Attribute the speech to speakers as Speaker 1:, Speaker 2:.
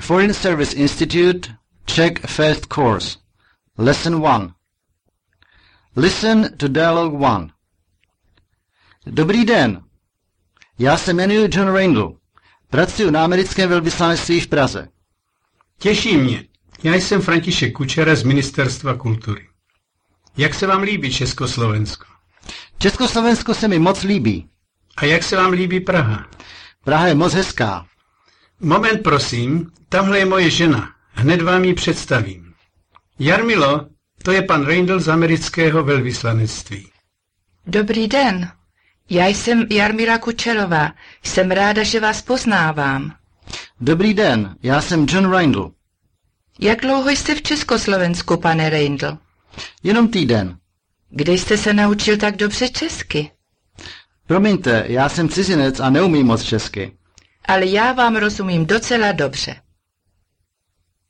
Speaker 1: Foreign Service Institute, Czech First Course, Lesson 1. Listen to Dialogue 1. Dobrý den. Já se jmenuji John Randall. Pracuji na americkém velvyslanectví v Praze.
Speaker 2: Těší mě. Já jsem František Kučera z Ministerstva kultury. Jak se vám líbí Československo?
Speaker 1: Československo se mi moc líbí.
Speaker 2: A jak se vám líbí Praha?
Speaker 1: Praha je moc hezká.
Speaker 2: Moment, prosím, tamhle je moje žena. Hned vám ji představím. Jarmilo, to je pan Reindl z amerického velvyslanectví.
Speaker 3: Dobrý den. Já jsem Jarmila Kučerová. Jsem ráda, že vás poznávám.
Speaker 1: Dobrý den, já jsem John Randall.
Speaker 3: Jak dlouho jste v Československu, pane Reindl?
Speaker 1: Jenom týden.
Speaker 3: Kde jste se naučil tak dobře česky?
Speaker 1: Promiňte, já jsem cizinec a neumím moc česky.
Speaker 3: Ale já vám rozumím docela dobře.